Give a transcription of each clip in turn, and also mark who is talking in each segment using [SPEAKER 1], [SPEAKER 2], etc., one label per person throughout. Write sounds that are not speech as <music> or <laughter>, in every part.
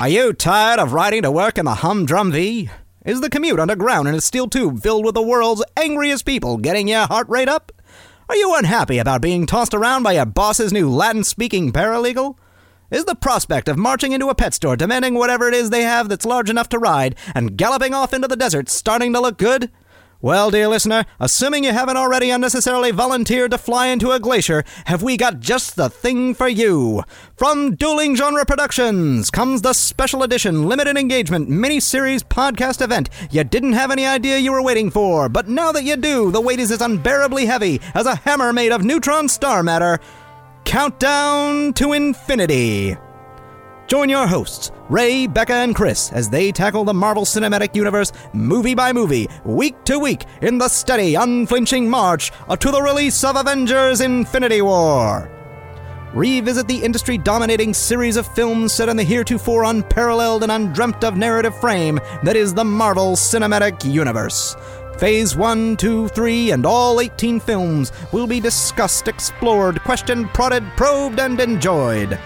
[SPEAKER 1] Are you tired of riding to work in the humdrum V? Is the commute underground in a steel tube filled with the world's angriest people getting your heart rate up? Are you unhappy about being tossed around by your boss's new Latin speaking paralegal? Is the prospect of marching into a pet store demanding whatever it is they have that's large enough to ride and galloping off into the desert starting to look good? Well, dear listener, assuming you haven't already unnecessarily volunteered to fly into a glacier, have we got just the thing for you? From Dueling Genre Productions comes the special edition limited engagement mini-series podcast event you didn't have any idea you were waiting for, but now that you do, the wait is as unbearably heavy as a hammer made of neutron star matter. Countdown to Infinity. Join your hosts, Ray, Becca, and Chris, as they tackle the Marvel Cinematic Universe movie by movie, week to week, in the steady, unflinching march to the release of Avengers Infinity War. Revisit the industry dominating series of films set in the heretofore unparalleled and undreamt of narrative frame that is the Marvel Cinematic Universe. Phase 1, 2, 3, and all 18 films will be discussed, explored, questioned, prodded, probed, and enjoyed.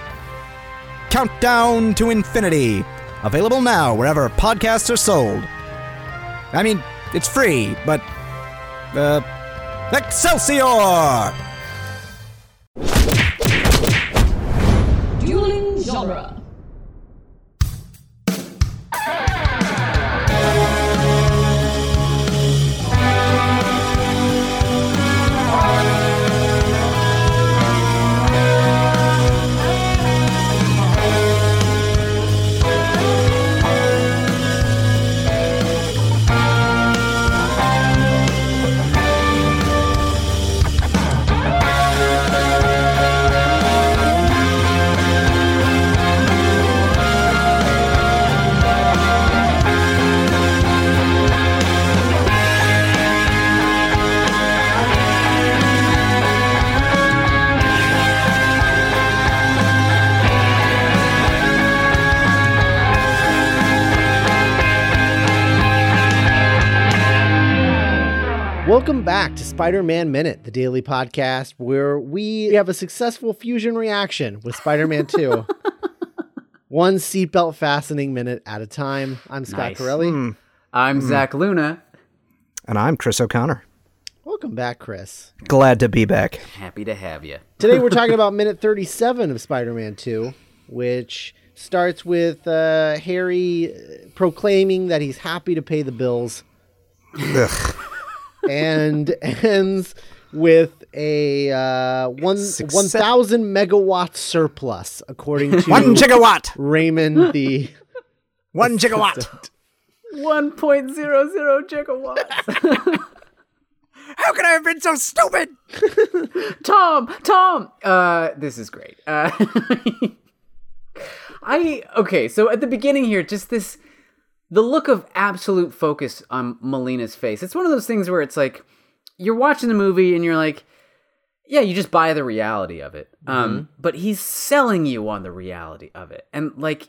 [SPEAKER 1] Countdown to Infinity. Available now wherever podcasts are sold. I mean, it's free, but. Uh. Excelsior!
[SPEAKER 2] Dueling Genre.
[SPEAKER 3] Welcome back to Spider Man Minute, the daily podcast where we have a successful fusion reaction with Spider Man 2. One seatbelt fastening minute at a time. I'm Scott
[SPEAKER 4] Nice.
[SPEAKER 3] Corelli.
[SPEAKER 4] I'm Zach Luna.
[SPEAKER 1] And I'm Chris O'Connor.
[SPEAKER 3] Welcome back, Chris.
[SPEAKER 1] Glad to be back.
[SPEAKER 4] Happy to have you.
[SPEAKER 3] Today we're talking about minute 37 of Spider Man 2, which starts with uh, Harry uh, proclaiming that he's happy to pay the bills and ends with a uh, one, 1,000 megawatt surplus, according to.
[SPEAKER 1] One <laughs> gigawatt!
[SPEAKER 4] <laughs>
[SPEAKER 3] Raymond the
[SPEAKER 1] One gigawatt!
[SPEAKER 4] 1.00 gigawatts. <laughs>
[SPEAKER 1] How could I have been so stupid?
[SPEAKER 4] Tom, Tom. Uh, this is great. Uh, <laughs> I okay. So at the beginning here, just this, the look of absolute focus on Melina's face. It's one of those things where it's like you're watching the movie and you're like, yeah, you just buy the reality of it. Um, but he's selling you on the reality of it, and like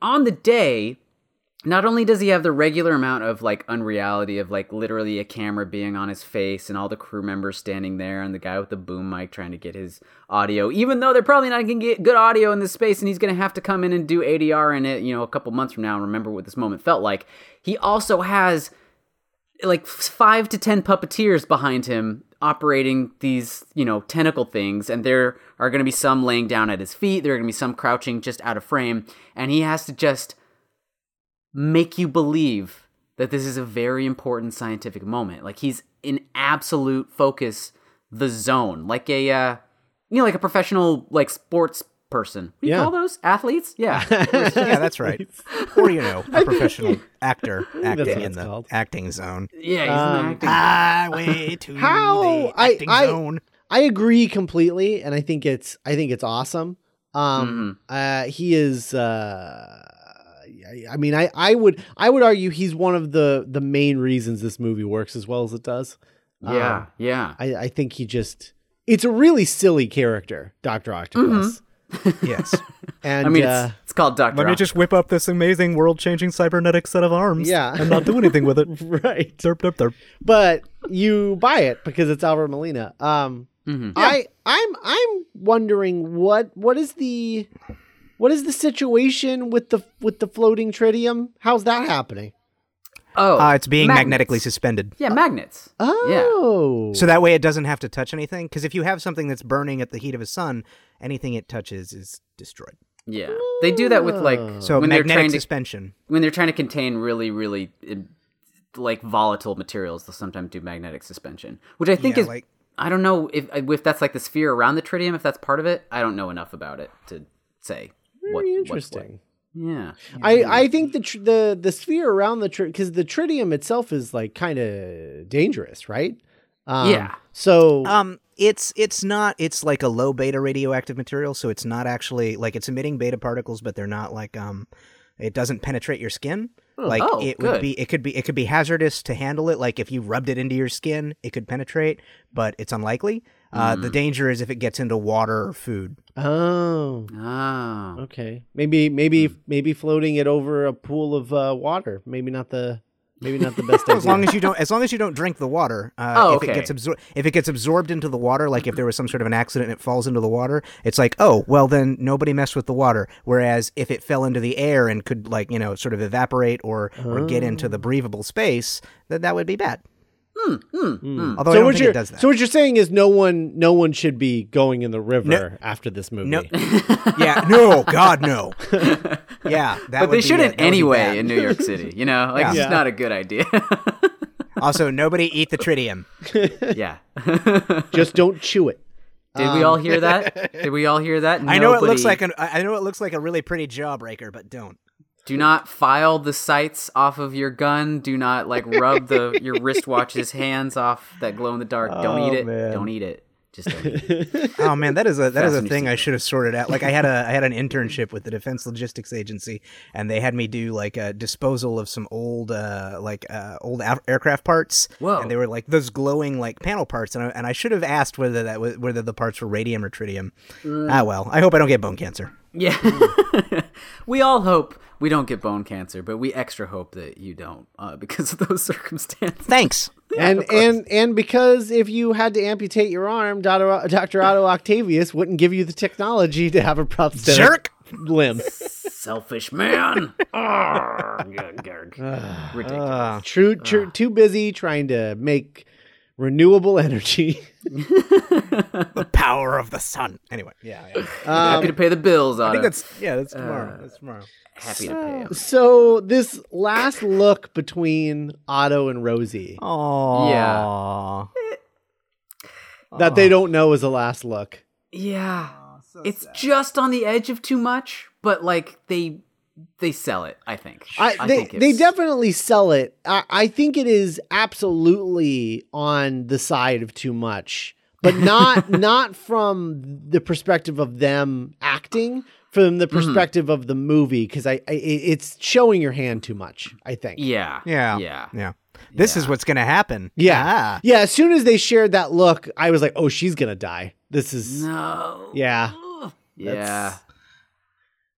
[SPEAKER 4] on the day not only does he have the regular amount of like unreality of like literally a camera being on his face and all the crew members standing there and the guy with the boom mic trying to get his audio, even though they're probably not going to get good audio in this space and he's going to have to come in and do ADR in it, you know, a couple months from now and remember what this moment felt like. He also has like f- five to ten puppeteers behind him operating these you know tentacle things and there are going to be some laying down at his feet there are going to be some crouching just out of frame and he has to just make you believe that this is a very important scientific moment like he's in absolute focus the zone like a uh, you know like a professional like sports person what do you
[SPEAKER 3] Yeah.
[SPEAKER 4] call those athletes
[SPEAKER 3] <laughs>
[SPEAKER 4] yeah
[SPEAKER 1] yeah, that's right. Or, you know, a <laughs> professional actor
[SPEAKER 3] what
[SPEAKER 1] acting in
[SPEAKER 3] it's
[SPEAKER 1] the
[SPEAKER 3] called.
[SPEAKER 1] acting zone.
[SPEAKER 4] yeah he's
[SPEAKER 3] Um,
[SPEAKER 4] not acting.
[SPEAKER 1] Highway to
[SPEAKER 3] How?
[SPEAKER 1] the
[SPEAKER 3] I-
[SPEAKER 1] acting
[SPEAKER 3] I-
[SPEAKER 1] zone.
[SPEAKER 3] I agree completely, and I think it's I think it's awesome. Um,
[SPEAKER 4] Mm-hmm.
[SPEAKER 3] uh, he is. Uh, I- I mean, I, I would I would argue he's one of the the main reasons this movie works as well as it does. Um,
[SPEAKER 4] yeah yeah
[SPEAKER 3] I, I think he just it's a really silly character, Doctor Octopus,
[SPEAKER 1] Yes.
[SPEAKER 3] and
[SPEAKER 4] Mm-hmm. i mean
[SPEAKER 3] uh,
[SPEAKER 4] it's, it's called dr
[SPEAKER 5] Let me just whip up this amazing world changing cybernetic set of arms
[SPEAKER 3] Yeah.
[SPEAKER 5] and not do anything
[SPEAKER 4] <laughs>
[SPEAKER 5] with it.
[SPEAKER 3] uh, <laughs> right,
[SPEAKER 5] derp, derp, derp.
[SPEAKER 3] but you buy it because it's Alvaro Molina. Um,
[SPEAKER 4] Mhm.
[SPEAKER 3] I I'm I'm wondering what what is the What is the situation with the with the floating tritium? How's that happening?
[SPEAKER 4] Oh,
[SPEAKER 1] Uh, it's being
[SPEAKER 4] magnets.
[SPEAKER 1] magnetically suspended.
[SPEAKER 4] Yeah, magnets.
[SPEAKER 3] Oh,
[SPEAKER 1] So that way it doesn't have to touch anything. Because if you have something that's burning at the heat of a sun, anything it touches is destroyed.
[SPEAKER 4] Yeah, they do that with like
[SPEAKER 1] Oh. So
[SPEAKER 4] Uh, when they're
[SPEAKER 1] magnetic
[SPEAKER 4] trying to
[SPEAKER 1] suspension.
[SPEAKER 4] when they're trying to contain really really um, like volatile materials. They'll sometimes do magnetic suspension, which I think
[SPEAKER 1] Yeah,
[SPEAKER 4] is
[SPEAKER 1] like-
[SPEAKER 4] I don't know if uh, if that's like the sphere around the tritium. If that's part of it, I don't know enough about it to say. what,
[SPEAKER 3] very
[SPEAKER 4] what-
[SPEAKER 3] interesting.
[SPEAKER 4] what- yeah,
[SPEAKER 3] I, I think the tr- the the sphere around the because the tritium itself is like kind of dangerous, right? Um,
[SPEAKER 4] Yeah.
[SPEAKER 3] So
[SPEAKER 1] Um, it's it's not. It's like a low beta radioactive material, so it's not actually like it's emitting beta particles, but they're not like um, it doesn't penetrate your skin. Like
[SPEAKER 4] Oh,
[SPEAKER 1] it
[SPEAKER 4] good.
[SPEAKER 1] would be, it could be, it could be hazardous to handle it. Like if you rubbed it into your skin, it could penetrate, but it's unlikely. Uh,
[SPEAKER 4] Mm.
[SPEAKER 1] The danger is if it gets into water or food.
[SPEAKER 3] oh,
[SPEAKER 4] oh,
[SPEAKER 3] okay. Maybe maybe
[SPEAKER 4] Hmm.
[SPEAKER 3] maybe floating it over a pool of uh, water. Maybe not the maybe not the best idea.
[SPEAKER 4] <laughs>
[SPEAKER 1] As long as you don't, as long as you don't drink the water. Uh,
[SPEAKER 4] Oh,
[SPEAKER 1] If
[SPEAKER 4] okay.
[SPEAKER 1] it gets absorbed, if it gets absorbed into the water, like if there was some sort of an accident, and it falls into the water. It's like, oh, well, then nobody messed with the water. Whereas if it fell into the air and could, like, you know, sort of evaporate or or get into
[SPEAKER 4] Oh.
[SPEAKER 1] the breathable space, then that would be bad.
[SPEAKER 4] Hmm,
[SPEAKER 1] Although Oh, I
[SPEAKER 3] Hmm. so
[SPEAKER 1] don't
[SPEAKER 3] what
[SPEAKER 1] think
[SPEAKER 3] you're
[SPEAKER 1] it does that.
[SPEAKER 3] so what you're saying is no one no one should be going in the river after this movie.
[SPEAKER 4] <laughs>
[SPEAKER 1] no. yeah. No. God, no. Yeah. That
[SPEAKER 4] but
[SPEAKER 1] would
[SPEAKER 4] they
[SPEAKER 1] be- uh,
[SPEAKER 4] shouldn't
[SPEAKER 1] that would be bad.
[SPEAKER 4] anyway in New York City. You know, like it's just
[SPEAKER 3] Yeah.
[SPEAKER 4] not a good idea. <laughs>
[SPEAKER 1] also, nobody eat the tritium.
[SPEAKER 3] <laughs>
[SPEAKER 4] yeah. <laughs>
[SPEAKER 3] Just don't
[SPEAKER 1] <laughs>
[SPEAKER 3] chew it.
[SPEAKER 4] Did we all hear that? Did we all hear that?
[SPEAKER 1] um, I know it looks
[SPEAKER 4] Nobody-
[SPEAKER 1] like an. I I know it looks like a really pretty jawbreaker, but don't.
[SPEAKER 4] Do not file the sights off of your gun. Do not like rub the your
[SPEAKER 3] <laughs>
[SPEAKER 4] wristwatch's hands off that glow in the dark. Don't
[SPEAKER 3] Oh,
[SPEAKER 4] eat it. Don't eat it. Just don't eat
[SPEAKER 3] <laughs>
[SPEAKER 4] it.
[SPEAKER 1] Oh man, that is a that is a
[SPEAKER 4] Fascinating
[SPEAKER 1] thing I should have sorted out. Like I had a I had an internship with the Defense Logistics Agency, and they had me do like a disposal of some old uh like uh old av- aircraft parts.
[SPEAKER 4] Whoa.
[SPEAKER 1] And they were like those glowing like panel parts, and I, and I should have asked whether that was, whether the parts were radium or tritium.
[SPEAKER 4] Mm.
[SPEAKER 1] Ah well, I hope I don't get bone cancer.
[SPEAKER 4] Yeah. <laughs> we all hope we don't get bone cancer, but we extra hope that you don't uh, because of those <laughs> circumstances.
[SPEAKER 1] Thanks.
[SPEAKER 3] and and and because if you had to amputate your arm, Dr. Dr. Otto Octavius wouldn't give you the technology to have a prosthetic
[SPEAKER 1] Jerk.
[SPEAKER 3] limb.
[SPEAKER 1] <laughs>
[SPEAKER 4] Selfish
[SPEAKER 3] <laughs> <sighs>
[SPEAKER 4] man. <laughs> Arr, gurg, gurg. Ridiculous.
[SPEAKER 3] Uh,
[SPEAKER 1] Ah.
[SPEAKER 3] True, true too busy trying to make renewable <laughs> energy.
[SPEAKER 1] The power of the sun. Anyway, yeah.
[SPEAKER 4] <laughs>
[SPEAKER 1] yeah.
[SPEAKER 4] Happy to pay the bills on
[SPEAKER 1] I think
[SPEAKER 4] it.
[SPEAKER 1] that's yeah.
[SPEAKER 4] Uh.
[SPEAKER 1] That's tomorrow. that's tomorrow.
[SPEAKER 4] Happy to pay 'em.
[SPEAKER 3] so this last look between Otto and Rosie
[SPEAKER 1] Oh Ah.
[SPEAKER 3] that they don't know is a last look.
[SPEAKER 4] Yeah. it's just on the edge of too much, but like they they sell it, I think.
[SPEAKER 3] I, they,
[SPEAKER 4] think
[SPEAKER 3] they
[SPEAKER 4] it's-
[SPEAKER 3] definitely sell it. I, I think it is absolutely on the side of too much, but not not from the perspective of them acting, from the perspective of the movie, because I, I it- it's showing your hand too much. I think.
[SPEAKER 4] Yeah.
[SPEAKER 1] Yeah.
[SPEAKER 4] Yeah.
[SPEAKER 1] Yeah. This is what's gonna happen.
[SPEAKER 3] Yeah.
[SPEAKER 1] Ah.
[SPEAKER 3] Yeah, As soon as they shared that look, I was like, "Oh, she's gonna die." This is
[SPEAKER 4] No.
[SPEAKER 3] yeah.
[SPEAKER 4] Yeah.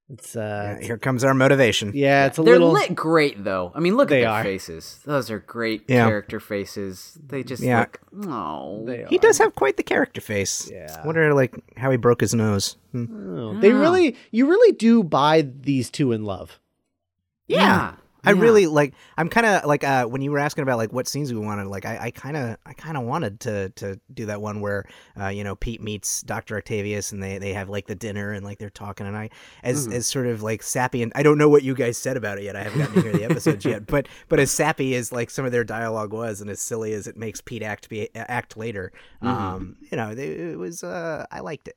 [SPEAKER 3] It's uh,
[SPEAKER 1] Yeah, here comes our motivation.
[SPEAKER 3] yeah. It's a
[SPEAKER 4] They're
[SPEAKER 3] little.
[SPEAKER 4] lit great though. I mean, look
[SPEAKER 3] They
[SPEAKER 4] at their
[SPEAKER 3] are.
[SPEAKER 4] faces. Those are great
[SPEAKER 1] Yeah.
[SPEAKER 4] character faces. They just
[SPEAKER 1] Yeah.
[SPEAKER 4] look oh. They
[SPEAKER 1] He does have quite the character face.
[SPEAKER 3] Yeah.
[SPEAKER 1] Wonder like how he broke his nose. Hmm.
[SPEAKER 3] Oh, They really, you really do buy these two in love.
[SPEAKER 4] Yeah.
[SPEAKER 1] I
[SPEAKER 4] Yeah.
[SPEAKER 1] really like. I'm kind of like uh, when you were asking about like what scenes we wanted. Like I kind of I kind of wanted to to do that one where uh, you know Pete meets Doctor Octavius and they they have like the dinner and like they're talking and I
[SPEAKER 3] Hmm.
[SPEAKER 1] as as sort of like sappy and I don't know what you guys said about it yet. I haven't gotten to hear the episodes
[SPEAKER 3] <laughs>
[SPEAKER 1] yet. But but as sappy as like some of their dialogue was and as silly as it makes Pete act be act later.
[SPEAKER 3] Mm-hmm.
[SPEAKER 1] Um, you know they, it was uh, I liked it.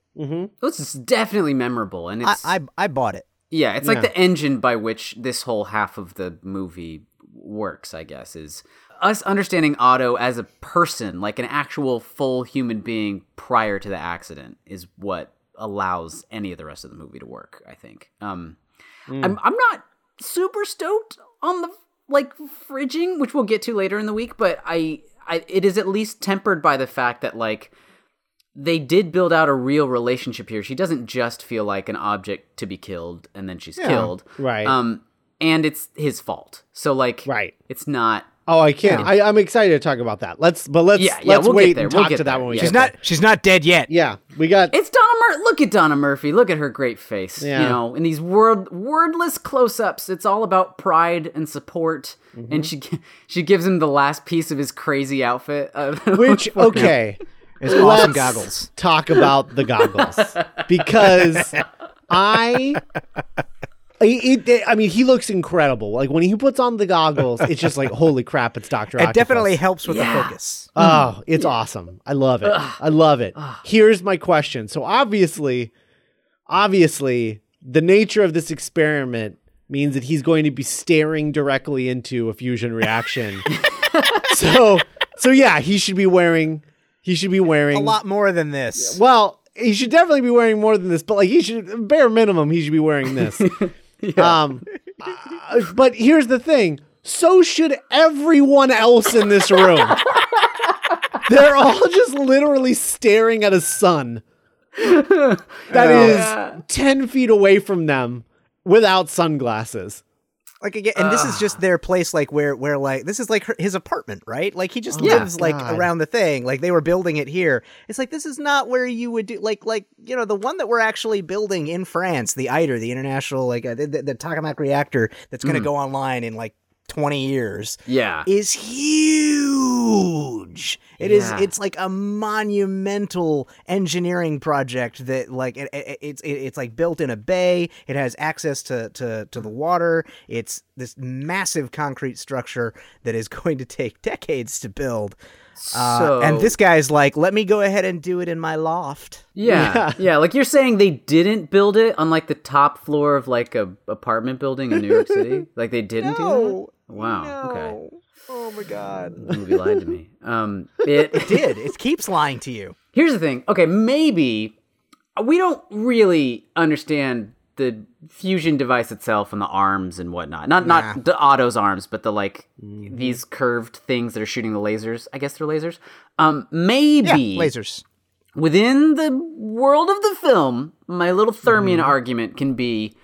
[SPEAKER 4] This is definitely memorable and
[SPEAKER 1] I,
[SPEAKER 4] it's
[SPEAKER 1] I I bought it.
[SPEAKER 4] Yeah, it's like the engine by which this whole half of the movie works, I guess, is us understanding Otto as a person, like an actual full human being prior to the accident, is what allows any of the rest of the movie to work, I think. Um,
[SPEAKER 3] Hmm.
[SPEAKER 4] I'm, I'm not super stoked on the like fridging, which we'll get to later in the week, but I, I it is at least tempered by the fact that like they did build out a real relationship here. She doesn't just feel like an object to be killed and then she's killed.
[SPEAKER 3] right.
[SPEAKER 4] Um and it's his fault. So like
[SPEAKER 3] Right.
[SPEAKER 4] it's not
[SPEAKER 3] Oh, I can't. I, I'm excited to talk about that. Let's, but let's
[SPEAKER 4] Yeah, yeah,
[SPEAKER 3] let's
[SPEAKER 4] we'll get
[SPEAKER 3] wait
[SPEAKER 4] there.
[SPEAKER 3] and
[SPEAKER 4] We'll
[SPEAKER 3] talk
[SPEAKER 4] get
[SPEAKER 3] to that
[SPEAKER 4] there.
[SPEAKER 3] when we. get
[SPEAKER 4] Yeah. She's
[SPEAKER 1] She's not. She's not dead yet.
[SPEAKER 3] there. Yeah, we
[SPEAKER 4] <laughs>
[SPEAKER 3] got.
[SPEAKER 4] It's Donna Murphy. Look at Donna Murphy. Look at her great face.
[SPEAKER 3] Yeah.
[SPEAKER 4] You know, in these word wordless close-ups, it's all about pride and support.
[SPEAKER 1] Mm-hmm.
[SPEAKER 4] And she <laughs> gi- she gives him the last piece of his crazy outfit. Uh,
[SPEAKER 1] <laughs>
[SPEAKER 3] Which okay.
[SPEAKER 1] It's awesome
[SPEAKER 3] Let's
[SPEAKER 1] goggles.
[SPEAKER 3] Talk about the goggles because I. I- It, I mean, he looks incredible. Like when he puts on the goggles, it's just like, holy crap, it's Doctor.
[SPEAKER 1] It definitely helps with the
[SPEAKER 4] Yeah.
[SPEAKER 1] focus.
[SPEAKER 3] Oh, it's awesome. I love it. I love it. Here's my question. So obviously, obviously, the nature of this experiment means that he's going to be staring directly into a fusion reaction. so so yeah, he should be wearing he should be wearing
[SPEAKER 1] A lot more than this.
[SPEAKER 3] well, he should definitely be wearing more than this, but like he should bare minimum he should be wearing this. Um uh, but here's the thing, so should everyone else in this room. They're all just literally staring at a sun that is 10 feet away from them without sunglasses.
[SPEAKER 1] Like again, and this is just their place. Like where, where, like this is like her, his apartment, right? Like he just
[SPEAKER 4] Yeah.
[SPEAKER 1] lives like
[SPEAKER 3] God.
[SPEAKER 1] around the thing. Like they were building it here. It's like this is not where you would do. Like, like you know, the one that we're actually building in France, the ITER, the international, like uh, the, the, the tokamak reactor that's going to go online in like twenty years.
[SPEAKER 4] <laughs> yeah.
[SPEAKER 1] is huge. It is.
[SPEAKER 4] Yeah.
[SPEAKER 1] It's like a monumental engineering project that, like, it, it, it's it, it's like built in a bay. It has access to to to the water. It's this massive concrete structure that is <laughs> going to take decades to build. Uh,
[SPEAKER 4] so
[SPEAKER 1] and this guy's like, "Let me go ahead and do it in my loft."
[SPEAKER 4] Yeah, yeah, Like you're saying, they didn't build it on like the top floor of like a apartment building in New York City.
[SPEAKER 1] <laughs>
[SPEAKER 4] Like they didn't do that. Wow. Mm-hmm. Okay.
[SPEAKER 1] Oh my god.
[SPEAKER 4] The movie lied to me. Um, it,
[SPEAKER 1] <laughs> Did it keeps lying to you?
[SPEAKER 4] Here's the thing. Okay, maybe we don't really understand the fusion device itself and the arms and whatnot. Not not the Otto's arms, but the like
[SPEAKER 1] Mm-hmm.
[SPEAKER 4] these curved things that are shooting the lasers. I guess they're lasers. Um, maybe
[SPEAKER 1] Yeah, lasers.
[SPEAKER 4] within the world of the film, my little Thermion
[SPEAKER 3] Mm-hmm.
[SPEAKER 4] argument can be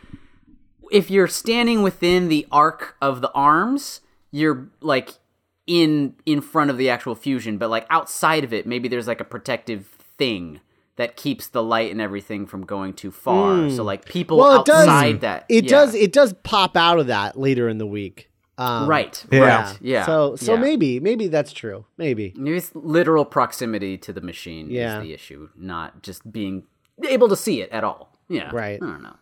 [SPEAKER 4] if you're standing within the arc of the arms, you're like in in front of the actual fusion, but like outside of it, maybe there's like a protective thing that keeps the light and everything from going too far. So like people
[SPEAKER 3] Mm. Well, it does
[SPEAKER 4] outside that
[SPEAKER 3] it
[SPEAKER 4] yeah.
[SPEAKER 3] does it does pop out of that later in the week. Um,
[SPEAKER 4] right
[SPEAKER 1] Yeah.
[SPEAKER 4] right yeah
[SPEAKER 3] So so
[SPEAKER 4] yeah.
[SPEAKER 3] maybe maybe that's true. Maybe.
[SPEAKER 4] Maybe it's literal proximity to the machine
[SPEAKER 3] Yeah.
[SPEAKER 4] is the issue, not just being able to see it at all. Yeah.
[SPEAKER 3] Right.
[SPEAKER 4] I don't know.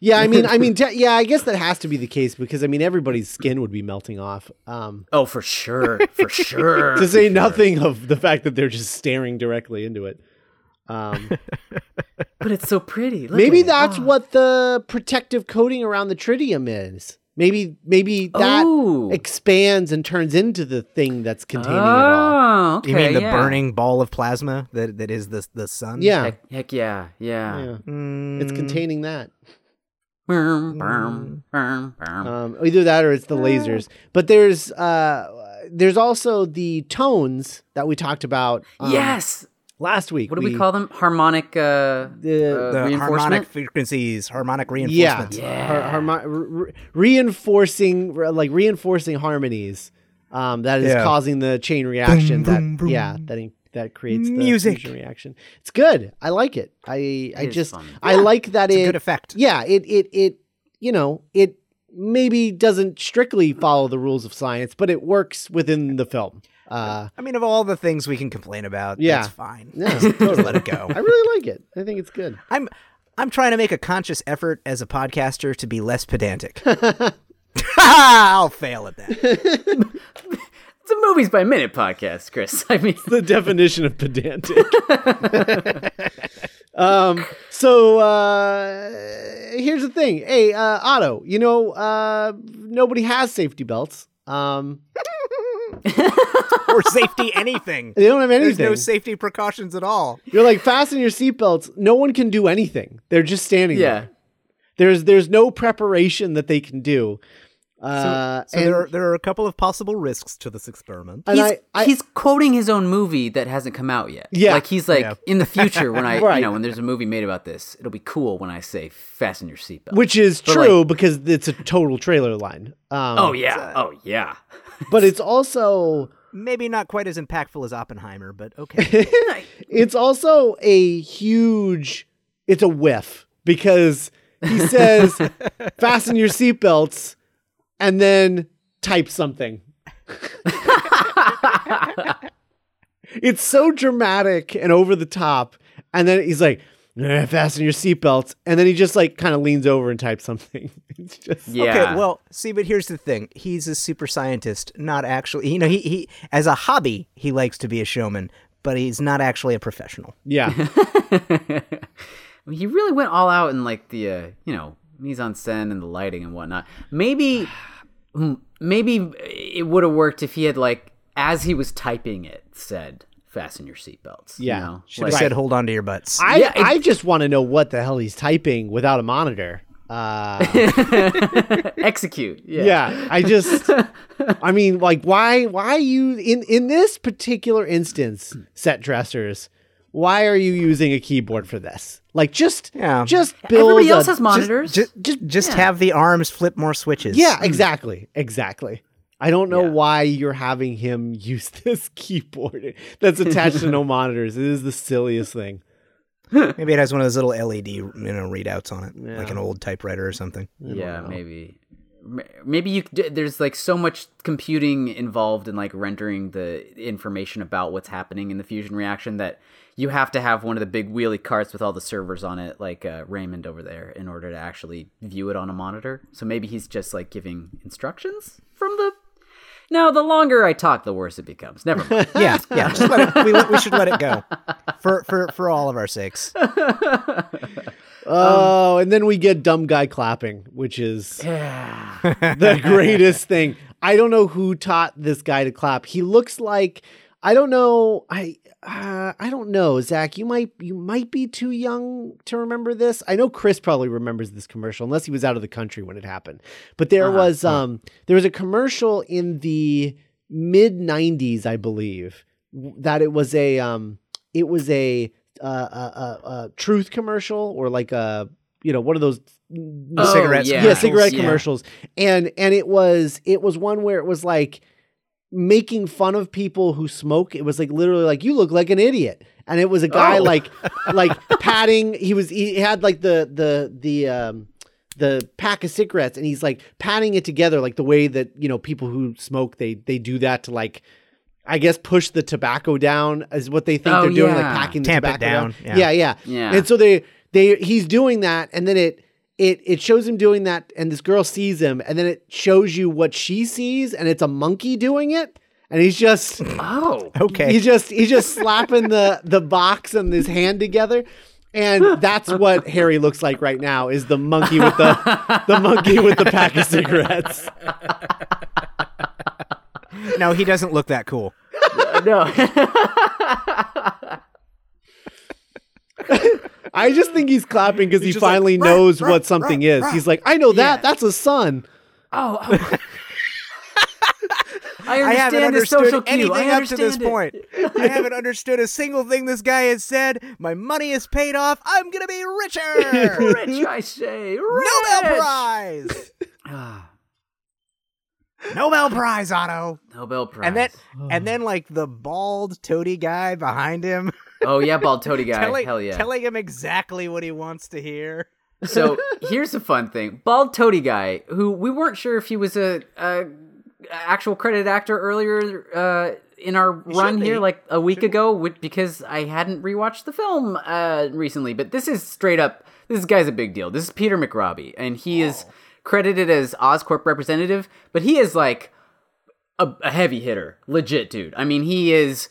[SPEAKER 3] Yeah, I mean I
[SPEAKER 4] <laughs>
[SPEAKER 3] mean te- yeah, I guess that has to be the case because I mean everybody's skin would be melting off. Um
[SPEAKER 4] Oh, for sure.
[SPEAKER 3] <laughs>
[SPEAKER 4] For sure.
[SPEAKER 3] to say nothing of the fact that they're just staring directly into it. Um,
[SPEAKER 4] But it's so pretty. Look
[SPEAKER 3] maybe
[SPEAKER 4] at it. Ah.
[SPEAKER 3] that's what the protective coating around the tritium is. Maybe maybe that
[SPEAKER 4] Ooh.
[SPEAKER 3] expands and turns into the thing that's containing it all.
[SPEAKER 4] Oh, okay.
[SPEAKER 1] You mean the
[SPEAKER 4] yeah.
[SPEAKER 1] burning ball of plasma that that is the the sun?
[SPEAKER 3] Yeah,
[SPEAKER 4] Heck, heck yeah. Yeah.
[SPEAKER 3] yeah. it's
[SPEAKER 1] Mm.
[SPEAKER 3] containing that. Mm.
[SPEAKER 4] Burm, burm, burm, burm.
[SPEAKER 3] Um, either that or it's
[SPEAKER 4] Ah.
[SPEAKER 3] the lasers. But there's uh, there's also the tones that we talked about. um,
[SPEAKER 4] yes.
[SPEAKER 3] last week.
[SPEAKER 4] What do we, call them? Harmonic
[SPEAKER 3] The-
[SPEAKER 4] uh, uh,
[SPEAKER 1] the harmonic
[SPEAKER 4] reinforcement?
[SPEAKER 1] frequencies, harmonic
[SPEAKER 3] Yeah,
[SPEAKER 1] reinforcement.
[SPEAKER 4] Yeah.
[SPEAKER 3] Har- harmo- re- re- reinforcing re- like reinforcing harmonies. Um, that is
[SPEAKER 1] Yeah.
[SPEAKER 3] causing the chain reaction. that
[SPEAKER 1] boom, boom.
[SPEAKER 3] yeah, that in- that creates the
[SPEAKER 1] Music.
[SPEAKER 3] fusion reaction. It's good. I like it. I I
[SPEAKER 4] is
[SPEAKER 3] just
[SPEAKER 4] fun.
[SPEAKER 3] I like that
[SPEAKER 1] It's
[SPEAKER 3] it
[SPEAKER 1] a good effect.
[SPEAKER 3] yeah it it it you know it maybe doesn't strictly follow the rules of science, but it works within the film. Uh,
[SPEAKER 1] I mean, of all the things we can complain about,
[SPEAKER 3] Yeah.
[SPEAKER 1] that's fine.
[SPEAKER 3] Yeah,
[SPEAKER 1] just, just let it go.
[SPEAKER 3] I really like it. I think it's good.
[SPEAKER 1] I'm I'm trying to make a conscious effort as a podcaster to be less pedantic.
[SPEAKER 3] <laughs>
[SPEAKER 1] I'll fail at that.
[SPEAKER 4] It's a movies by minute podcast, Chris. <laughs> I mean,
[SPEAKER 3] the definition of pedantic. <laughs> um, so uh, here's the thing. Hey, uh, Otto, you know, uh, nobody has safety belts. Um,
[SPEAKER 1] or safety
[SPEAKER 3] <laughs>
[SPEAKER 1] anything.
[SPEAKER 3] they don't have
[SPEAKER 1] There's
[SPEAKER 3] anything.
[SPEAKER 1] no safety precautions at all.
[SPEAKER 3] You're like, fasten your seatbelts. No one can do anything. They're just standing
[SPEAKER 4] yeah.
[SPEAKER 3] there. There's, there's no preparation that they can do. Uh,
[SPEAKER 1] So
[SPEAKER 3] and
[SPEAKER 1] there are, there are a couple of possible risks to this experiment.
[SPEAKER 3] and
[SPEAKER 4] he's,
[SPEAKER 3] I, I,
[SPEAKER 4] he's quoting his own movie that hasn't come out yet.
[SPEAKER 3] Yeah.
[SPEAKER 4] like he's like
[SPEAKER 1] Yeah.
[SPEAKER 4] in the future
[SPEAKER 3] <laughs>
[SPEAKER 4] when I,
[SPEAKER 3] Right.
[SPEAKER 4] you know, when there's a movie made about this, it'll be cool when I say fasten your seatbelt.
[SPEAKER 3] which is
[SPEAKER 4] like-
[SPEAKER 3] true because it's a total trailer line. Um,
[SPEAKER 4] oh yeah, oh yeah,
[SPEAKER 3] but it's also
[SPEAKER 1] Maybe not quite as impactful as Oppenheimer, but
[SPEAKER 3] <laughs>
[SPEAKER 1] okay.
[SPEAKER 3] it's also a huge it's a whiff because he
[SPEAKER 4] <laughs>
[SPEAKER 3] says fasten your seatbelts and then type
[SPEAKER 4] <laughs>
[SPEAKER 3] something it's so dramatic and over the top and then he's like "Eh, fasten your seatbelts and then he just like kind of leans over and types something <laughs> it's just
[SPEAKER 4] Yeah.
[SPEAKER 1] Okay, well, see, but here's the thing: he's a super scientist, not actually. You know, he he as a hobby, he likes to be a showman, but he's not actually a professional.
[SPEAKER 4] <laughs>
[SPEAKER 3] yeah
[SPEAKER 4] he really went all out in like the uh, you know mise en scène and the lighting and whatnot. Maybe, mm, maybe it would have worked if he had like as he was typing it said, "Fasten your seatbelts."
[SPEAKER 3] Yeah.
[SPEAKER 4] you know?
[SPEAKER 1] Should have
[SPEAKER 4] Like-
[SPEAKER 1] said, "Hold on to your butts."
[SPEAKER 3] I,
[SPEAKER 4] Yeah, it-
[SPEAKER 3] I just want to know what the hell he's typing without a monitor. Uh,
[SPEAKER 4] <laughs> execute. Yeah.
[SPEAKER 3] yeah, I
[SPEAKER 4] <laughs>
[SPEAKER 3] just, I mean, like, why, why you in in this particular instance, set dressers, why are you using a keyboard for this? Like, just,
[SPEAKER 1] Yeah.
[SPEAKER 3] just build.
[SPEAKER 4] Everybody else
[SPEAKER 3] a-
[SPEAKER 4] has monitors.
[SPEAKER 1] just just, just have the arms flip more switches.
[SPEAKER 3] yeah, exactly, exactly. I don't know
[SPEAKER 4] Yeah.
[SPEAKER 3] why you're having him <laughs> use this keyboard that's attached to no
[SPEAKER 4] <laughs>
[SPEAKER 3] monitors. It is the silliest thing.
[SPEAKER 1] maybe it has one of those little LED you know readouts on it, like an old typewriter or something.
[SPEAKER 4] yeah, maybe. M- Maybe you could- there's like so much computing involved in like rendering the information about what's happening in the fusion reaction that you have to have one of the big wheelie carts with all the servers on it, like uh, Raymond over there, in order to actually view it on a monitor. So maybe he's just like giving instructions from the. No, the longer I talk, the worse it becomes. Never
[SPEAKER 3] <laughs>
[SPEAKER 4] mind.
[SPEAKER 1] Yeah, yeah. Just let it, we, let- we should let it go for for for all of our sakes.
[SPEAKER 4] Um,
[SPEAKER 3] Oh, and then we get dumb guy clapping, which is
[SPEAKER 4] Yeah.
[SPEAKER 3] <laughs> the greatest thing. I don't know who taught this guy to clap. He looks like I don't know. I uh, I don't know, Zach. You might you might be too young to remember this. I know Chris probably remembers this commercial, unless he was out of the country when it happened. But there
[SPEAKER 4] Uh-huh.
[SPEAKER 3] was um there was a commercial in the mid '90s, I believe, w- that it was a um it was a uh, uh, uh, uh, truth commercial or like a you know one of those
[SPEAKER 4] Oh,
[SPEAKER 1] cigarettes
[SPEAKER 4] yeah. Oh,
[SPEAKER 3] yeah, cigarette
[SPEAKER 4] Yeah.
[SPEAKER 3] commercials and and it was it was one where it was like making fun of people who smoke it was like literally like you look like an idiot and it was a guy
[SPEAKER 4] Oh. <laughs>
[SPEAKER 3] like like patting he was he had like the the the um the pack of cigarettes and he's like patting it together like the way that you know people who smoke they they do that to like I guess push the tobacco down is what they think
[SPEAKER 4] Oh,
[SPEAKER 3] they're doing, like
[SPEAKER 4] yeah.
[SPEAKER 3] packing the
[SPEAKER 1] Tamp it
[SPEAKER 3] tobacco down.
[SPEAKER 1] down, yeah.
[SPEAKER 3] Yeah. yeah,
[SPEAKER 4] Yeah.
[SPEAKER 3] And so they they he's doing that, and then it it it shows him doing that, and this girl sees him, and then it shows you what she sees, and it's a monkey doing it, and he's just
[SPEAKER 4] Oh.
[SPEAKER 1] Okay.
[SPEAKER 3] he's just he's just slapping the the box and his hand together. And that's what Harry looks like right now is the monkey with the the monkey with the pack of cigarettes.
[SPEAKER 1] <laughs> no, he doesn't look that cool.
[SPEAKER 4] Oh, No. <laughs>
[SPEAKER 3] I just think he's clapping because he
[SPEAKER 5] just like,
[SPEAKER 3] finally
[SPEAKER 5] "Rah,
[SPEAKER 3] knows
[SPEAKER 5] rah,
[SPEAKER 3] what something
[SPEAKER 5] rah,
[SPEAKER 3] is.
[SPEAKER 5] rah."
[SPEAKER 3] He's like, I know that.
[SPEAKER 4] Yeah.
[SPEAKER 3] That's a sun.
[SPEAKER 4] Oh, oh. <laughs> I understand
[SPEAKER 1] I haven't
[SPEAKER 4] the
[SPEAKER 1] understood
[SPEAKER 4] social cue. I
[SPEAKER 1] anything up to
[SPEAKER 4] understand
[SPEAKER 1] this
[SPEAKER 4] it.
[SPEAKER 1] point. I haven't understood a single thing this guy has said. My money is paid off. I'm gonna be
[SPEAKER 4] <laughs>
[SPEAKER 1] richer. <laughs>
[SPEAKER 4] Rich, I say. Rich.
[SPEAKER 1] Nobel Prize.
[SPEAKER 4] Ah,
[SPEAKER 1] Nobel Prize, Otto.
[SPEAKER 4] Nobel Prize.
[SPEAKER 1] And then, and then, like the bald toady guy behind him,
[SPEAKER 4] oh yeah, bald
[SPEAKER 1] <laughs>
[SPEAKER 4] toady <laughs> guy.
[SPEAKER 1] telling,
[SPEAKER 4] Hell yeah.
[SPEAKER 1] telling him exactly what he wants to hear. <laughs>
[SPEAKER 4] so here's a fun thing: bald toady guy, who we weren't sure if he was a, a actual credit actor earlier uh, in our run
[SPEAKER 1] should
[SPEAKER 4] here,
[SPEAKER 1] be.
[SPEAKER 4] like a week ago, with, because I hadn't rewatched the film uh, recently. But this is straight up. This guy's a big deal. This is Peter McRobbie, and he
[SPEAKER 1] Oh.
[SPEAKER 4] is credited as Oscorp representative, but he is like a, a heavy hitter, legit dude. I mean, he is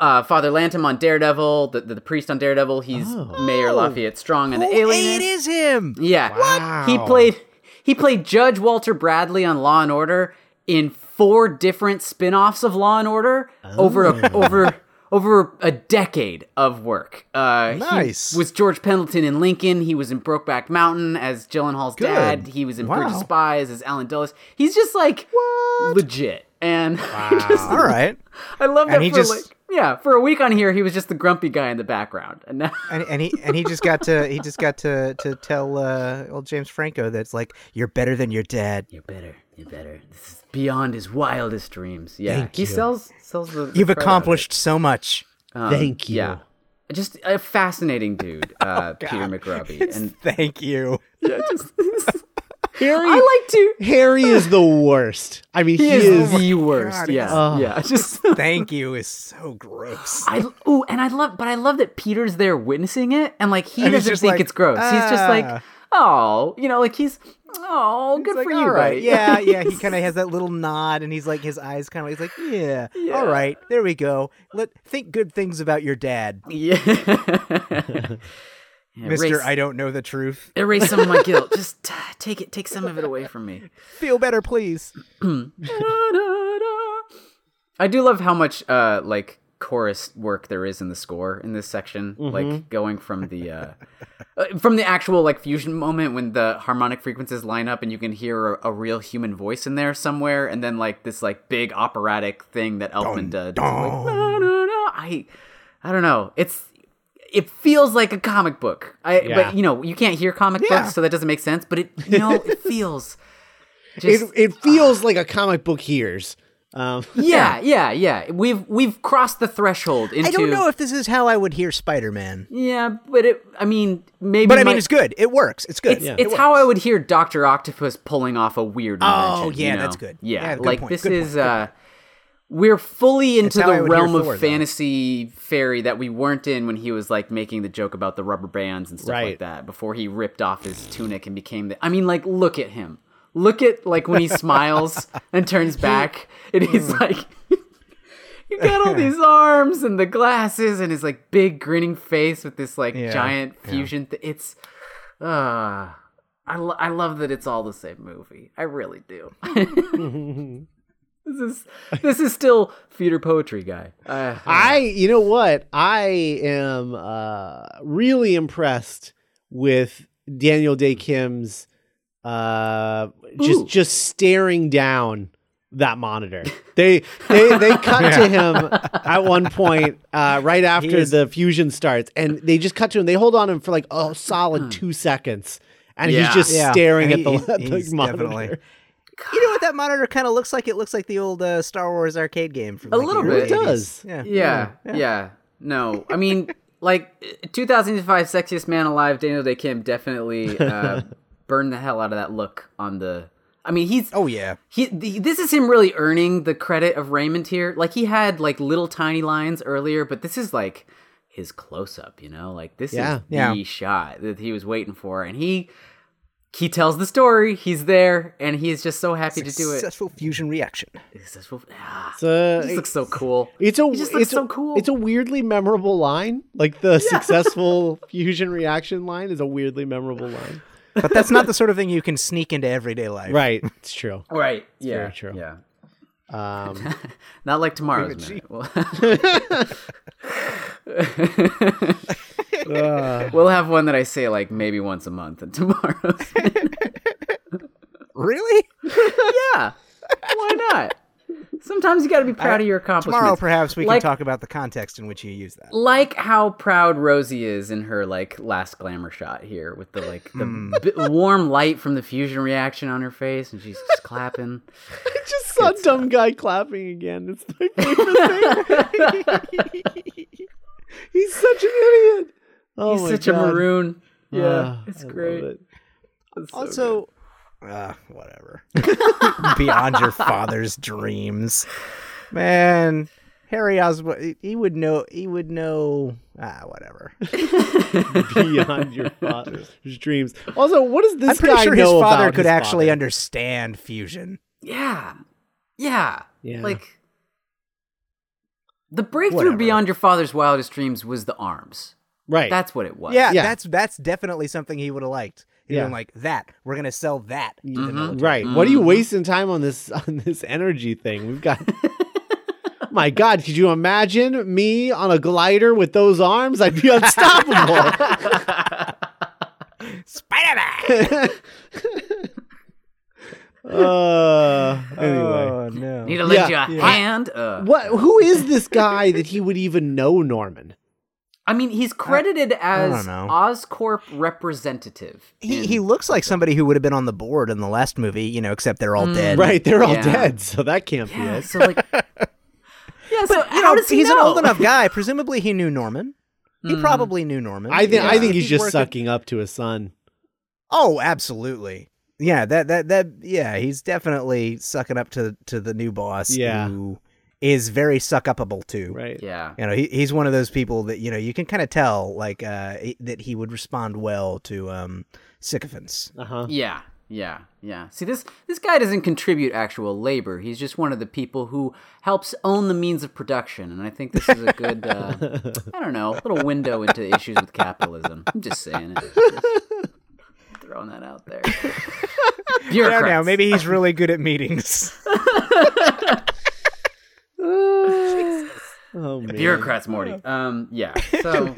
[SPEAKER 4] uh, Father Lantum on Daredevil, the, the, priest on Daredevil. He's Mayor Lafayette Strong on the
[SPEAKER 1] Oh,
[SPEAKER 4] Alienist.
[SPEAKER 1] it is him.
[SPEAKER 4] Yeah.
[SPEAKER 3] What?
[SPEAKER 4] He
[SPEAKER 3] Wow.
[SPEAKER 4] played he played Judge Walter Bradley on Law and Order in four different spin-offs of Law and Order over a,
[SPEAKER 1] Oh.
[SPEAKER 4] over over a decade of work. Uh, he
[SPEAKER 1] Nice.
[SPEAKER 4] was George Pendleton in Lincoln. He was in Brokeback Mountain as Gyllenhaal's dad. He was in Bridge of
[SPEAKER 1] Wow.
[SPEAKER 4] Spies as Alan Dulles. He's just like legit. And <laughs>
[SPEAKER 1] All right.
[SPEAKER 4] I love that
[SPEAKER 1] And he
[SPEAKER 4] for
[SPEAKER 1] just
[SPEAKER 4] like Yeah, for a week on here, he was just the grumpy guy in the background, and now
[SPEAKER 1] and, and he and he just got to he just got to to tell uh, old James Franco that's like you're better than your dad.
[SPEAKER 4] you're better. You're better. This is beyond his wildest dreams. Yeah,
[SPEAKER 1] Thank
[SPEAKER 4] he
[SPEAKER 1] you.
[SPEAKER 4] sells sells the. the
[SPEAKER 1] You've
[SPEAKER 4] crud out of it.
[SPEAKER 1] accomplished so much.
[SPEAKER 4] Um,
[SPEAKER 3] Thank you.
[SPEAKER 4] Yeah, just a fascinating dude,
[SPEAKER 1] <laughs> Oh,
[SPEAKER 4] uh, Peter McRobbie, and
[SPEAKER 1] Thank you.
[SPEAKER 4] yeah, just,
[SPEAKER 3] Harry,
[SPEAKER 4] I like to.
[SPEAKER 3] Harry is the worst. I mean,
[SPEAKER 4] He,
[SPEAKER 3] he,
[SPEAKER 4] is,
[SPEAKER 3] is.
[SPEAKER 4] the worst. yeah,
[SPEAKER 1] Oh.
[SPEAKER 3] Ugh.
[SPEAKER 4] yeah. <laughs> Just
[SPEAKER 1] Thank you is so gross.
[SPEAKER 4] I ooh, and I love, but I love that Peter's there witnessing it, and like he
[SPEAKER 1] And he's
[SPEAKER 4] doesn't
[SPEAKER 1] just
[SPEAKER 4] think
[SPEAKER 1] like,
[SPEAKER 4] it's gross. he's just
[SPEAKER 1] "Ah."
[SPEAKER 4] like, oh, you know, like he's, oh, good
[SPEAKER 1] It's
[SPEAKER 4] for
[SPEAKER 1] like,
[SPEAKER 4] you,
[SPEAKER 1] all
[SPEAKER 4] right? <laughs>
[SPEAKER 1] Yeah, yeah. He kind of has that little nod, and he's like, his eyes kind of, he's like, yeah, all right, there we go. Let think good things about your dad,
[SPEAKER 4] yeah. Yeah,
[SPEAKER 1] <laughs>
[SPEAKER 4] <laughs>
[SPEAKER 1] Mister.
[SPEAKER 4] erase-
[SPEAKER 1] I don't know the truth.
[SPEAKER 4] erase some of my guilt. Just uh, take it, take some of it away from me.
[SPEAKER 1] Feel better, please.
[SPEAKER 4] <laughs> I do love how much uh like chorus work there is in the score in this section
[SPEAKER 3] Mm-hmm.
[SPEAKER 4] like going from the uh <laughs> uh, from the actual like fusion moment when the harmonic frequencies line up and you can hear a, a real human voice in there somewhere and then like this like big operatic thing that Elfman did It's like, "Na, na, na." I I don't know it's it feels like a comic book I
[SPEAKER 3] Yeah.
[SPEAKER 4] but you know you can't hear comic books so that doesn't make sense but it you know
[SPEAKER 3] <laughs>
[SPEAKER 4] it feels
[SPEAKER 3] It, it feels like a comic book hears. Um, <laughs>
[SPEAKER 4] yeah, yeah, yeah. We've we've crossed the threshold into.
[SPEAKER 1] I don't know if this is how I would hear Spider Man,
[SPEAKER 4] yeah, but it. I mean, maybe.
[SPEAKER 1] but I
[SPEAKER 4] my-
[SPEAKER 1] mean, it's good. It works. It's good.
[SPEAKER 4] It's, it's how I would hear Doctor Octopus pulling off a weird.
[SPEAKER 1] Oh,
[SPEAKER 4] invention,
[SPEAKER 1] yeah,
[SPEAKER 4] you know?
[SPEAKER 1] that's good.
[SPEAKER 4] Yeah,
[SPEAKER 1] Yeah, good
[SPEAKER 4] like
[SPEAKER 1] point,
[SPEAKER 4] this
[SPEAKER 1] good point,
[SPEAKER 4] is. uh we're fully into
[SPEAKER 1] how I
[SPEAKER 4] the
[SPEAKER 1] would hear
[SPEAKER 4] realm
[SPEAKER 1] Thor,
[SPEAKER 4] of
[SPEAKER 1] though.
[SPEAKER 4] fantasy fairy that we weren't in when he was like making the joke about the rubber bands and stuff like
[SPEAKER 3] Right.
[SPEAKER 4] that before he ripped off his tunic and became the I mean like look at him. Look at like when he
[SPEAKER 1] <laughs>
[SPEAKER 4] smiles and turns back and he's
[SPEAKER 1] Hmm.
[SPEAKER 4] like you got
[SPEAKER 1] <laughs>
[SPEAKER 4] all these arms and the glasses and his like big grinning face with this like
[SPEAKER 1] Yeah,
[SPEAKER 4] giant fusion thi- it's uh I, lo- I love that it's all the same movie i really
[SPEAKER 1] <laughs>
[SPEAKER 4] do <laughs> this is this is still theater poetry guy uh,
[SPEAKER 3] I, you know what? I am uh, really impressed with Daniel Day Kim's uh,
[SPEAKER 4] Ooh.
[SPEAKER 3] just just staring down that monitor. They
[SPEAKER 1] <laughs>
[SPEAKER 3] they they cut to him at one point uh, right after the fusion starts, and they just cut to him. They hold on him for like a solid two seconds, and
[SPEAKER 4] Yeah.
[SPEAKER 3] he's just
[SPEAKER 1] Yeah.
[SPEAKER 3] staring
[SPEAKER 1] And
[SPEAKER 3] at <laughs> the,
[SPEAKER 1] he's-
[SPEAKER 4] <laughs>
[SPEAKER 3] at the
[SPEAKER 1] he's
[SPEAKER 3] monitor.
[SPEAKER 1] definitely- You know what that monitor kind of looks like? It looks like the old uh, Star Wars arcade game from
[SPEAKER 4] A
[SPEAKER 1] like,
[SPEAKER 4] little
[SPEAKER 1] the
[SPEAKER 4] bit.
[SPEAKER 1] early
[SPEAKER 3] It
[SPEAKER 1] 80s.
[SPEAKER 3] does.
[SPEAKER 1] Yeah.
[SPEAKER 4] yeah, yeah no i mean like 2005 sexiest man alive daniel day kim definitely uh burned the hell out of that look on the i mean he's
[SPEAKER 1] Oh yeah.
[SPEAKER 4] He, the, this is him really earning the credit of Raymond here. Like he had like little tiny lines earlier, but this is like his close up. You know, like this
[SPEAKER 3] Yeah.
[SPEAKER 4] is
[SPEAKER 1] Yeah.
[SPEAKER 4] the shot that he was waiting for, and he he tells the story. He's there, and he is just so happy to do it.
[SPEAKER 1] Successful fusion reaction.
[SPEAKER 4] It's just- <sighs> ah,
[SPEAKER 3] So
[SPEAKER 4] he just looks so cool.
[SPEAKER 3] It's a
[SPEAKER 4] He just looks
[SPEAKER 3] it's
[SPEAKER 4] so
[SPEAKER 3] a,
[SPEAKER 4] cool.
[SPEAKER 3] It's a weirdly memorable line. Like
[SPEAKER 4] <laughs>
[SPEAKER 3] the successful fusion reaction line is a weirdly memorable line.
[SPEAKER 1] But that's not the sort of thing you can sneak into everyday life.
[SPEAKER 3] Right. It's true.
[SPEAKER 4] right. Yeah.
[SPEAKER 3] very true.
[SPEAKER 4] Yeah.
[SPEAKER 3] Um,
[SPEAKER 4] <laughs> Not like tomorrow's minute. Well- <laughs>
[SPEAKER 3] uh,
[SPEAKER 4] we'll have one that I say like maybe once a month, and tomorrow's <laughs>
[SPEAKER 1] Really?
[SPEAKER 4] Yeah. Why not? Sometimes you got to be proud of your accomplishments.
[SPEAKER 1] Tomorrow, perhaps we
[SPEAKER 4] Like-
[SPEAKER 1] can talk about the context in which you use that.
[SPEAKER 4] Like how proud Rosie is in her like last glamour shot here with the like the b- warm light from the fusion reaction on her face, and she's just clapping.
[SPEAKER 3] just saw dumb guy clapping again. It's my favorite thing. <laughs> He's such an idiot. Oh
[SPEAKER 4] He's
[SPEAKER 3] my
[SPEAKER 4] such
[SPEAKER 3] God.
[SPEAKER 4] a maroon. Yeah,
[SPEAKER 3] Ah,
[SPEAKER 4] it's
[SPEAKER 3] I love
[SPEAKER 4] great.
[SPEAKER 3] it.
[SPEAKER 4] It's so good.
[SPEAKER 1] Also, uh, whatever. <laughs> Beyond your father's dreams, man. Harry Osborn, he would know. He would know. Ah, whatever.
[SPEAKER 3] <laughs> Beyond
[SPEAKER 4] <laughs>
[SPEAKER 3] your father's dreams. Also, what does this
[SPEAKER 1] I'm pretty
[SPEAKER 3] guy
[SPEAKER 1] sure his
[SPEAKER 3] know
[SPEAKER 1] father
[SPEAKER 3] about
[SPEAKER 1] could
[SPEAKER 3] his
[SPEAKER 1] actually
[SPEAKER 3] father?
[SPEAKER 1] understand fusion.
[SPEAKER 4] yeah, yeah,
[SPEAKER 3] Yeah.
[SPEAKER 4] Like the breakthrough
[SPEAKER 1] Whatever.
[SPEAKER 4] beyond your father's wildest dreams was the arms.
[SPEAKER 3] right.
[SPEAKER 4] That's what it was.
[SPEAKER 1] Yeah,
[SPEAKER 3] Yeah.
[SPEAKER 1] that's that's definitely something he would have liked. He'd
[SPEAKER 3] Yeah.
[SPEAKER 1] been like that. We're gonna sell that. to the
[SPEAKER 3] Mm-hmm.
[SPEAKER 4] Mhm.
[SPEAKER 1] military."
[SPEAKER 3] Right. What are you wasting time on this <laughs> on this energy thing? We've got <laughs> My God, could you imagine me on a glider with those arms? I'd be
[SPEAKER 1] <laughs>
[SPEAKER 3] unstoppable. <laughs>
[SPEAKER 1] <laughs> Spider-Man.
[SPEAKER 3] uh, anyway.
[SPEAKER 1] Oh,
[SPEAKER 5] no.
[SPEAKER 4] Need to lend
[SPEAKER 3] Yeah,
[SPEAKER 4] you a
[SPEAKER 3] yeah.
[SPEAKER 4] hand? Uh,
[SPEAKER 3] What? Who is this guy that he would even know Norman?
[SPEAKER 4] I mean, he's credited as
[SPEAKER 1] don't know.
[SPEAKER 4] Oscorp representative.
[SPEAKER 1] He,
[SPEAKER 4] in-
[SPEAKER 1] he looks like somebody who would have been on the board in the last movie, you know, except they're all dead.
[SPEAKER 3] Right, they're all
[SPEAKER 4] Yeah.
[SPEAKER 3] dead, so that can't
[SPEAKER 4] yeah,
[SPEAKER 3] be it.
[SPEAKER 4] so like, yeah, so
[SPEAKER 1] You
[SPEAKER 4] how
[SPEAKER 1] know,
[SPEAKER 4] does he
[SPEAKER 1] he's
[SPEAKER 4] know?
[SPEAKER 1] an old <laughs> enough guy. Presumably he knew Norman. He probably knew Norman.
[SPEAKER 3] I think
[SPEAKER 4] Yeah.
[SPEAKER 3] I think he's
[SPEAKER 1] Hmm. He's
[SPEAKER 3] just
[SPEAKER 1] working-
[SPEAKER 3] sucking up to his son.
[SPEAKER 1] Oh, absolutely. Yeah, that that that yeah, he's definitely sucking up to to the new boss
[SPEAKER 3] Yeah.
[SPEAKER 1] who is very suck upable too.
[SPEAKER 3] Right.
[SPEAKER 4] <laughs> Yeah,
[SPEAKER 1] You know, he, he's one of those people that you know you can kind of tell like uh, he- that he would respond well to um, sycophants.
[SPEAKER 3] Uh
[SPEAKER 4] <laughs>
[SPEAKER 3] huh.
[SPEAKER 4] yeah, yeah, yeah. See, this this guy doesn't contribute actual labor. He's just one of the people who helps own the means of production, and I think this is a good, uh, I don't know, little window into issues with capitalism. I'm just saying it. Just throwing that out there.
[SPEAKER 5] I
[SPEAKER 4] Bureaucrats.
[SPEAKER 5] don't know. Maybe
[SPEAKER 1] <laughs>
[SPEAKER 5] he's really good at meetings.
[SPEAKER 3] Oh man.
[SPEAKER 4] bureaucrats, Morty. Um, yeah. So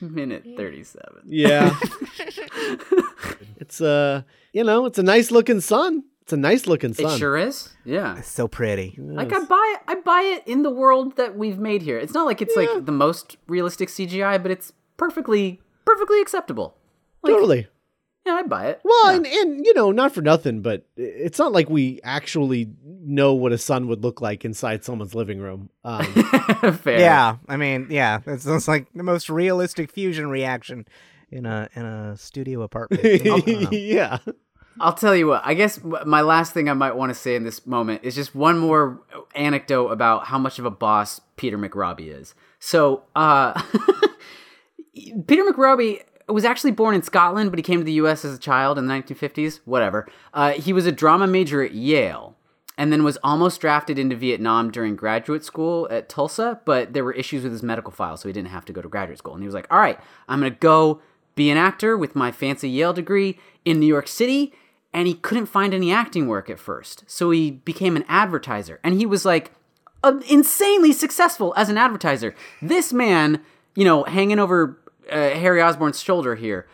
[SPEAKER 4] minute thirty-seven. <laughs>
[SPEAKER 3] Yeah. <laughs> it's uh, you know, it's a nice looking son. It's a nice looking
[SPEAKER 4] It
[SPEAKER 3] son.
[SPEAKER 4] sure is. Yeah.
[SPEAKER 1] So
[SPEAKER 3] <laughs>
[SPEAKER 1] pretty.
[SPEAKER 4] Like I buy it. I buy it in the world that we've made here. It's not like it's like the most realistic CGI, but it's perfectly perfectly acceptable.
[SPEAKER 3] Totally.
[SPEAKER 4] Yeah, I buy it.
[SPEAKER 3] Well, and, and you know, not for nothing, but i- it's not like we actually know what a son would look like inside someone's living room.
[SPEAKER 4] <laughs>
[SPEAKER 3] Um,
[SPEAKER 4] Fair.
[SPEAKER 1] Yeah, I mean, yeah, it's, it's like the most realistic fusion reaction in a in a studio apartment.
[SPEAKER 4] <laughs>
[SPEAKER 1] Oh, I don't know.
[SPEAKER 3] <laughs> yeah.
[SPEAKER 4] I'll tell you what. I guess w- my last thing I might want to say in this moment is just one more anecdote about how much of a boss Peter McRobbie is. So, uh, <laughs> Peter McRobbie was actually born in Scotland, but he came to the U.S. as a child in the 1950s. Whatever. Uh, he was a drama major at Yale, and then was almost drafted into Vietnam during graduate school at Tulsa, but there were issues with his medical file, so he didn't have to go to graduate school. And he was like, "All right, I'm gonna go." Be an actor with my fancy Yale degree in New York City, and he couldn't find any acting work at first. So he became an advertiser and he was like uh, insanely successful as an advertiser. This man, you know, hanging over uh, Harry Osborne's shoulder here,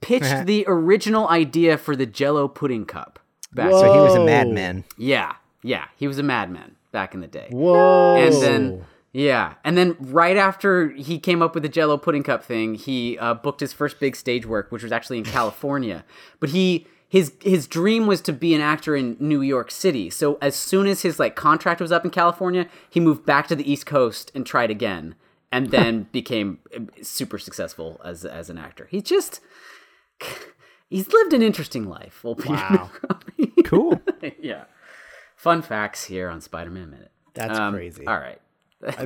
[SPEAKER 4] pitched the original idea for the Jello pudding cup. Back.
[SPEAKER 1] So he was a
[SPEAKER 3] Whoa.
[SPEAKER 1] madman.
[SPEAKER 4] Yeah. Yeah, he was a madman back in the day.
[SPEAKER 3] Whoa.
[SPEAKER 4] And then yeah, and then right after he came up with the Jello pudding cup thing, he uh, booked his first big stage work, which was actually in California. But he his his dream was to be an actor in New York City. So as soon as his like contract was up in California, he moved back to the East Coast and tried again, and then became uh, super successful as as an actor. He just he's lived an interesting life. Well, wow, <laughs>
[SPEAKER 5] Cool.
[SPEAKER 4] yeah. Fun facts here on Spider Man Minute.
[SPEAKER 3] That's
[SPEAKER 4] Um,
[SPEAKER 3] crazy.
[SPEAKER 4] All right. <laughs>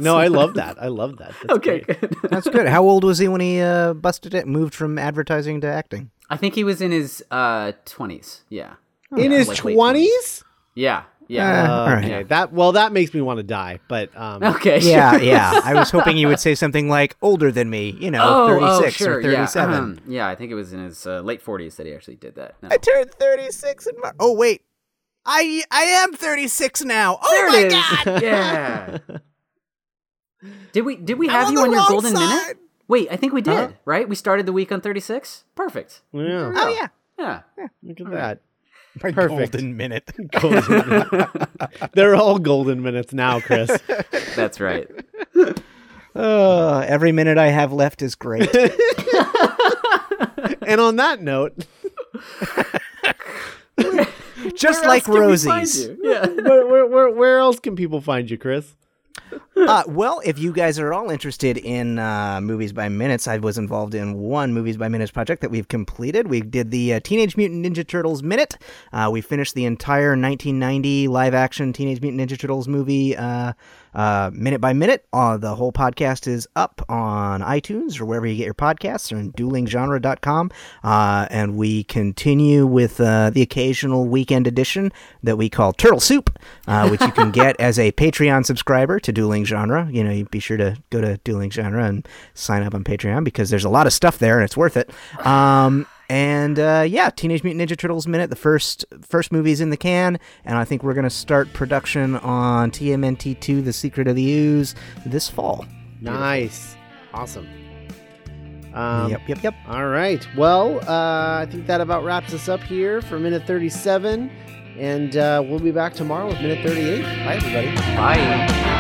[SPEAKER 3] No, I love that. I love that. That's
[SPEAKER 4] Okay,
[SPEAKER 3] great.
[SPEAKER 4] good.
[SPEAKER 1] That's good. How old was he when he uh, busted it? Moved from advertising to acting.
[SPEAKER 4] I think he was in his uh twenties. Yeah.
[SPEAKER 3] In
[SPEAKER 4] Yeah,
[SPEAKER 3] his
[SPEAKER 4] Uh, like late
[SPEAKER 3] twenties.
[SPEAKER 4] Yeah. Yeah.
[SPEAKER 1] all right.
[SPEAKER 3] Okay, that well, that makes me want to die. But um,
[SPEAKER 4] <laughs> okay.
[SPEAKER 1] Uh, Yeah,
[SPEAKER 4] sure.
[SPEAKER 1] yeah. I was hoping you would say something like older than me, you know,
[SPEAKER 4] Oh, oh,
[SPEAKER 1] 36
[SPEAKER 4] sure.
[SPEAKER 1] or
[SPEAKER 4] yeah.
[SPEAKER 1] 37.
[SPEAKER 4] um, yeah, I think it was in his uh, late forties that he actually did that. No.
[SPEAKER 1] I turned 36 in March. Oh, wait. I I am 36 now. Oh
[SPEAKER 4] there
[SPEAKER 1] my
[SPEAKER 4] it is.
[SPEAKER 1] god.
[SPEAKER 4] <laughs> Yeah. Did we did we have
[SPEAKER 1] on
[SPEAKER 4] you
[SPEAKER 1] the
[SPEAKER 4] on your
[SPEAKER 1] wrong
[SPEAKER 4] golden
[SPEAKER 1] side.
[SPEAKER 4] minute? Wait, I think we did, right? We started the week on thirty six. Perfect.
[SPEAKER 3] yeah,
[SPEAKER 1] Oh yeah.
[SPEAKER 4] Yeah.
[SPEAKER 3] look at that.
[SPEAKER 1] My
[SPEAKER 3] Perfect.
[SPEAKER 1] golden minute. <laughs>
[SPEAKER 3] <laughs> Golden. They're all golden minutes now, Chris.
[SPEAKER 4] <laughs> That's right.
[SPEAKER 1] Uh, every minute I have left is great.
[SPEAKER 3] and on that note,
[SPEAKER 1] Just
[SPEAKER 4] Where
[SPEAKER 1] like
[SPEAKER 4] else can we find
[SPEAKER 1] Rosie's.
[SPEAKER 4] you? Yeah.
[SPEAKER 3] where, where, where, where else can people find you, Chris?
[SPEAKER 1] uh, well, if you guys are all interested in uh, movies by minutes, I was involved in one movies by minutes project that we've completed. We did the uh, Teenage Mutant Ninja Turtles minute. Uh, we finished the entire 1990 live action Teenage Mutant Ninja Turtles movie uh, uh, minute by minute. Uh, the whole podcast is up on iTunes or wherever you get your podcasts or in duelinggenre.com. Uh, and we continue with uh, the occasional weekend edition that we call Turtle Soup, uh, which you can get as a Patreon subscriber to Dueling Genre. You know, you be sure to go to Dueling Genre and sign up on Patreon because there's a lot of stuff there and it's worth it. Um, and uh, yeah, Teenage Mutant Ninja Turtles minute. The first first movie's in the can, and I think we're gonna start production on TMNT two: The Secret of the Ooze this fall.
[SPEAKER 3] Nice, awesome. Um,
[SPEAKER 1] yep, yep, yep.
[SPEAKER 3] All right. Well, uh, I think that about wraps us up here for minute 37. And uh, we'll be back tomorrow with Minute 38. Bye, everybody.
[SPEAKER 4] Bye.